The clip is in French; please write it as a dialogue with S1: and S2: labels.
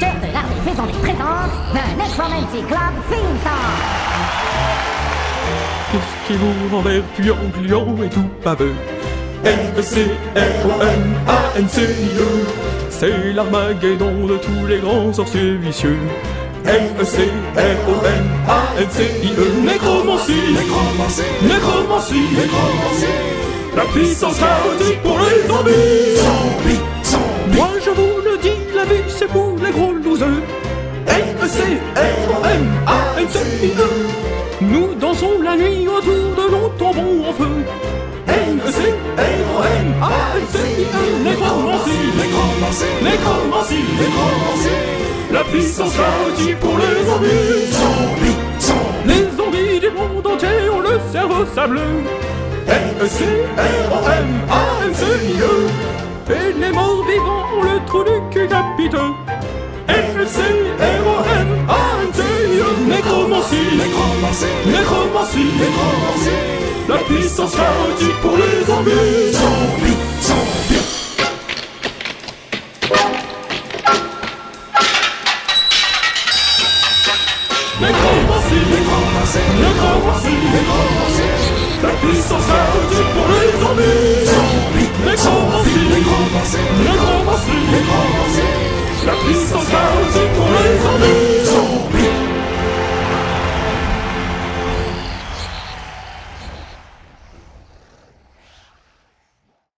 S1: cœur de la rue Maison des présente The Necromancy Club Theme Song.
S2: Tous qui vous en vert, tuyau, tuyau et tout E baveux. M-E-C-R-O-M-A-N-C-I-E E. C'est l'armageddon de tous les grands sorciers vicieux. E M-E-C-R-O-M-A-N-C-I-E E. Nécromancie Nécromancie Nécromancie La puissance chaotique pour les zombies Zombies Zombies Moi je vous le dis, la vie c'est pour les gros losers M-E-C-R-O-M-A-N-C-I-E E. Nous dansons la nuit autour de nos tombons en feu M-E-C-R-O-M-A-N-C-I-E Nécromancie Nécromancie Nécromancie Nécromancie la puissance chaotique pour les zombies Zombies, zombies Les zombies du monde entier ont le cerveau sableux M-E-C-R-O-M-A-N-C-I-E E. Et les morts vivants ont le trou du cul capiteux M-E-C-R-O-M-A-N-C-I-E E. Nécromancie Nécromancie Nécromancie Nécromancie La puissance chaotique pour les zombies Zombies, zombies Nécromancie, nécromancie, nécromancie, nécromancie. La puissance chaotique pour les zombies. Zombies, nécromancie, nécromancie, nécromancie, nécromancie. La puissance chaotique pour les zombies.